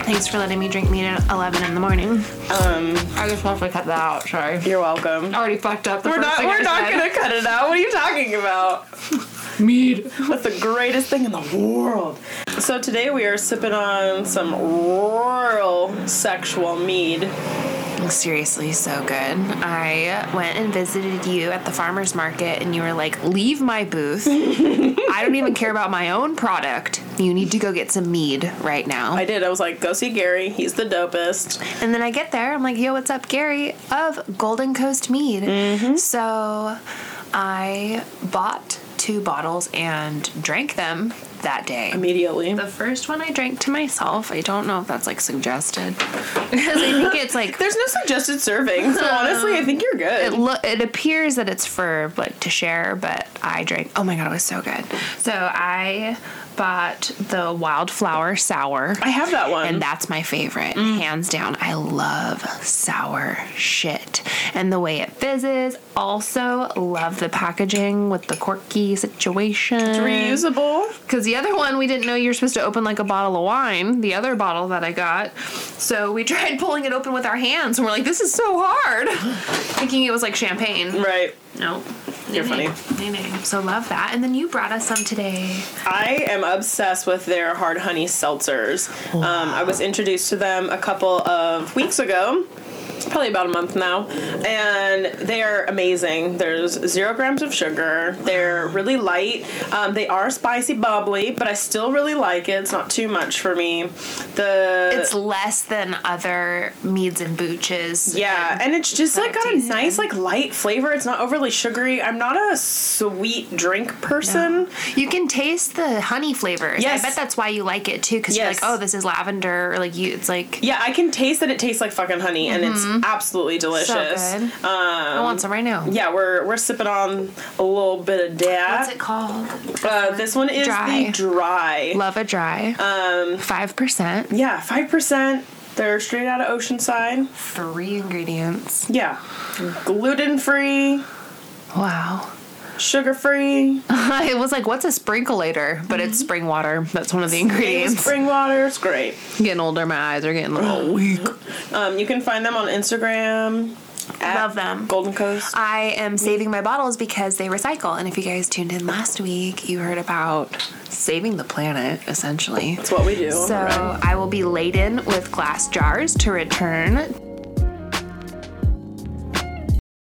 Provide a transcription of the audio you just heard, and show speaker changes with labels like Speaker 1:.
Speaker 1: Thanks for letting me drink meat at 11 in the morning.
Speaker 2: I just want to cut that out. Sorry.
Speaker 3: You're welcome.
Speaker 2: I already fucked up. The
Speaker 3: We're
Speaker 2: first
Speaker 3: not.
Speaker 2: thing
Speaker 3: We're
Speaker 2: I
Speaker 3: not
Speaker 2: said.
Speaker 3: gonna cut it out. What are you talking about?
Speaker 2: mead.
Speaker 3: That's the greatest thing in the world. So today we are sipping on some royal sexual mead.
Speaker 1: Seriously, so good. I went and visited you at the farmer's market, and you were like, Leave my booth. I don't even care about my own product. You need to go get some mead right now.
Speaker 3: I did. I was like, go see Gary. He's the dopest.
Speaker 1: And then I get there, I'm like, yo, what's up, Gary of Golden Coast Mead? So I bought two bottles and drank them that day.
Speaker 3: Immediately.
Speaker 1: the first one I drank to myself. I don't know if that's like suggested. Because I think it's like,
Speaker 3: There's no suggested serving, so honestly, I think you're
Speaker 1: it,
Speaker 3: good.
Speaker 1: lo- it appears that it's for like to share, but I drank, oh my God, it was so good. So I bought the Wildflower Sour.
Speaker 3: I have that one.
Speaker 1: And that's my favorite, hands down. I love sour shit. And the way it fizzes. Also, love the packaging with the corky situation.
Speaker 3: reusable.
Speaker 1: Because the other one, we didn't know you were supposed to open like a bottle of wine, the other bottle that I got. So we tried pulling it open with our hands, and we're like, this is so hard. Thinking it was like champagne.
Speaker 3: Right.
Speaker 1: Nope.
Speaker 3: You're funny.
Speaker 1: Nay, nay. So love that. And then you brought us some today.
Speaker 3: I am obsessed with their hard honey seltzers. Um, I was introduced to them a couple of weeks ago. It's probably about a month now, and they are amazing. There's zero grams of sugar. They're really light. Um, they are spicy, bubbly, but I still really like it. It's not too much for me. The
Speaker 1: It's less than other meads and booches.
Speaker 3: Yeah, and it's just like got a
Speaker 1: Taste
Speaker 3: nice, like light flavor. It's not overly sugary. I'm not a sweet drink person.
Speaker 1: You can taste the honey flavors.
Speaker 3: Yes.
Speaker 1: I bet that's why you like it too, because you're
Speaker 3: Yes.
Speaker 1: like, oh, this is lavender, or like you, it's like
Speaker 3: Yeah, I can taste that it tastes like fucking honey, and it's absolutely delicious.
Speaker 1: so Mm-hmm. good. I want some right now.
Speaker 3: Um, Yeah, we're we're sipping on a little bit of
Speaker 1: What's
Speaker 3: that.
Speaker 1: it called?
Speaker 3: Uh, this one is
Speaker 1: Dry.
Speaker 3: the dry.
Speaker 1: Love a dry. Um, five percent,
Speaker 3: yeah, five percent. They're straight out of Oceanside.
Speaker 1: three ingredients.
Speaker 3: Yeah, gluten free,
Speaker 1: Wow.
Speaker 3: sugar free,
Speaker 1: it was like, what's a sprinkleater? But it's spring water. That's one of the ingredients.
Speaker 3: Mm-hmm. spring Oh, water. It's great.
Speaker 1: Getting older, my eyes are getting a little weak.
Speaker 3: Um, you can find them on Instagram. at
Speaker 1: Love them.
Speaker 3: Golden Coast.
Speaker 1: I am saving my bottles because they recycle. And if you guys tuned in last week, you heard about saving the planet, essentially.
Speaker 3: That's what we do.
Speaker 1: So I will be laden with glass jars to return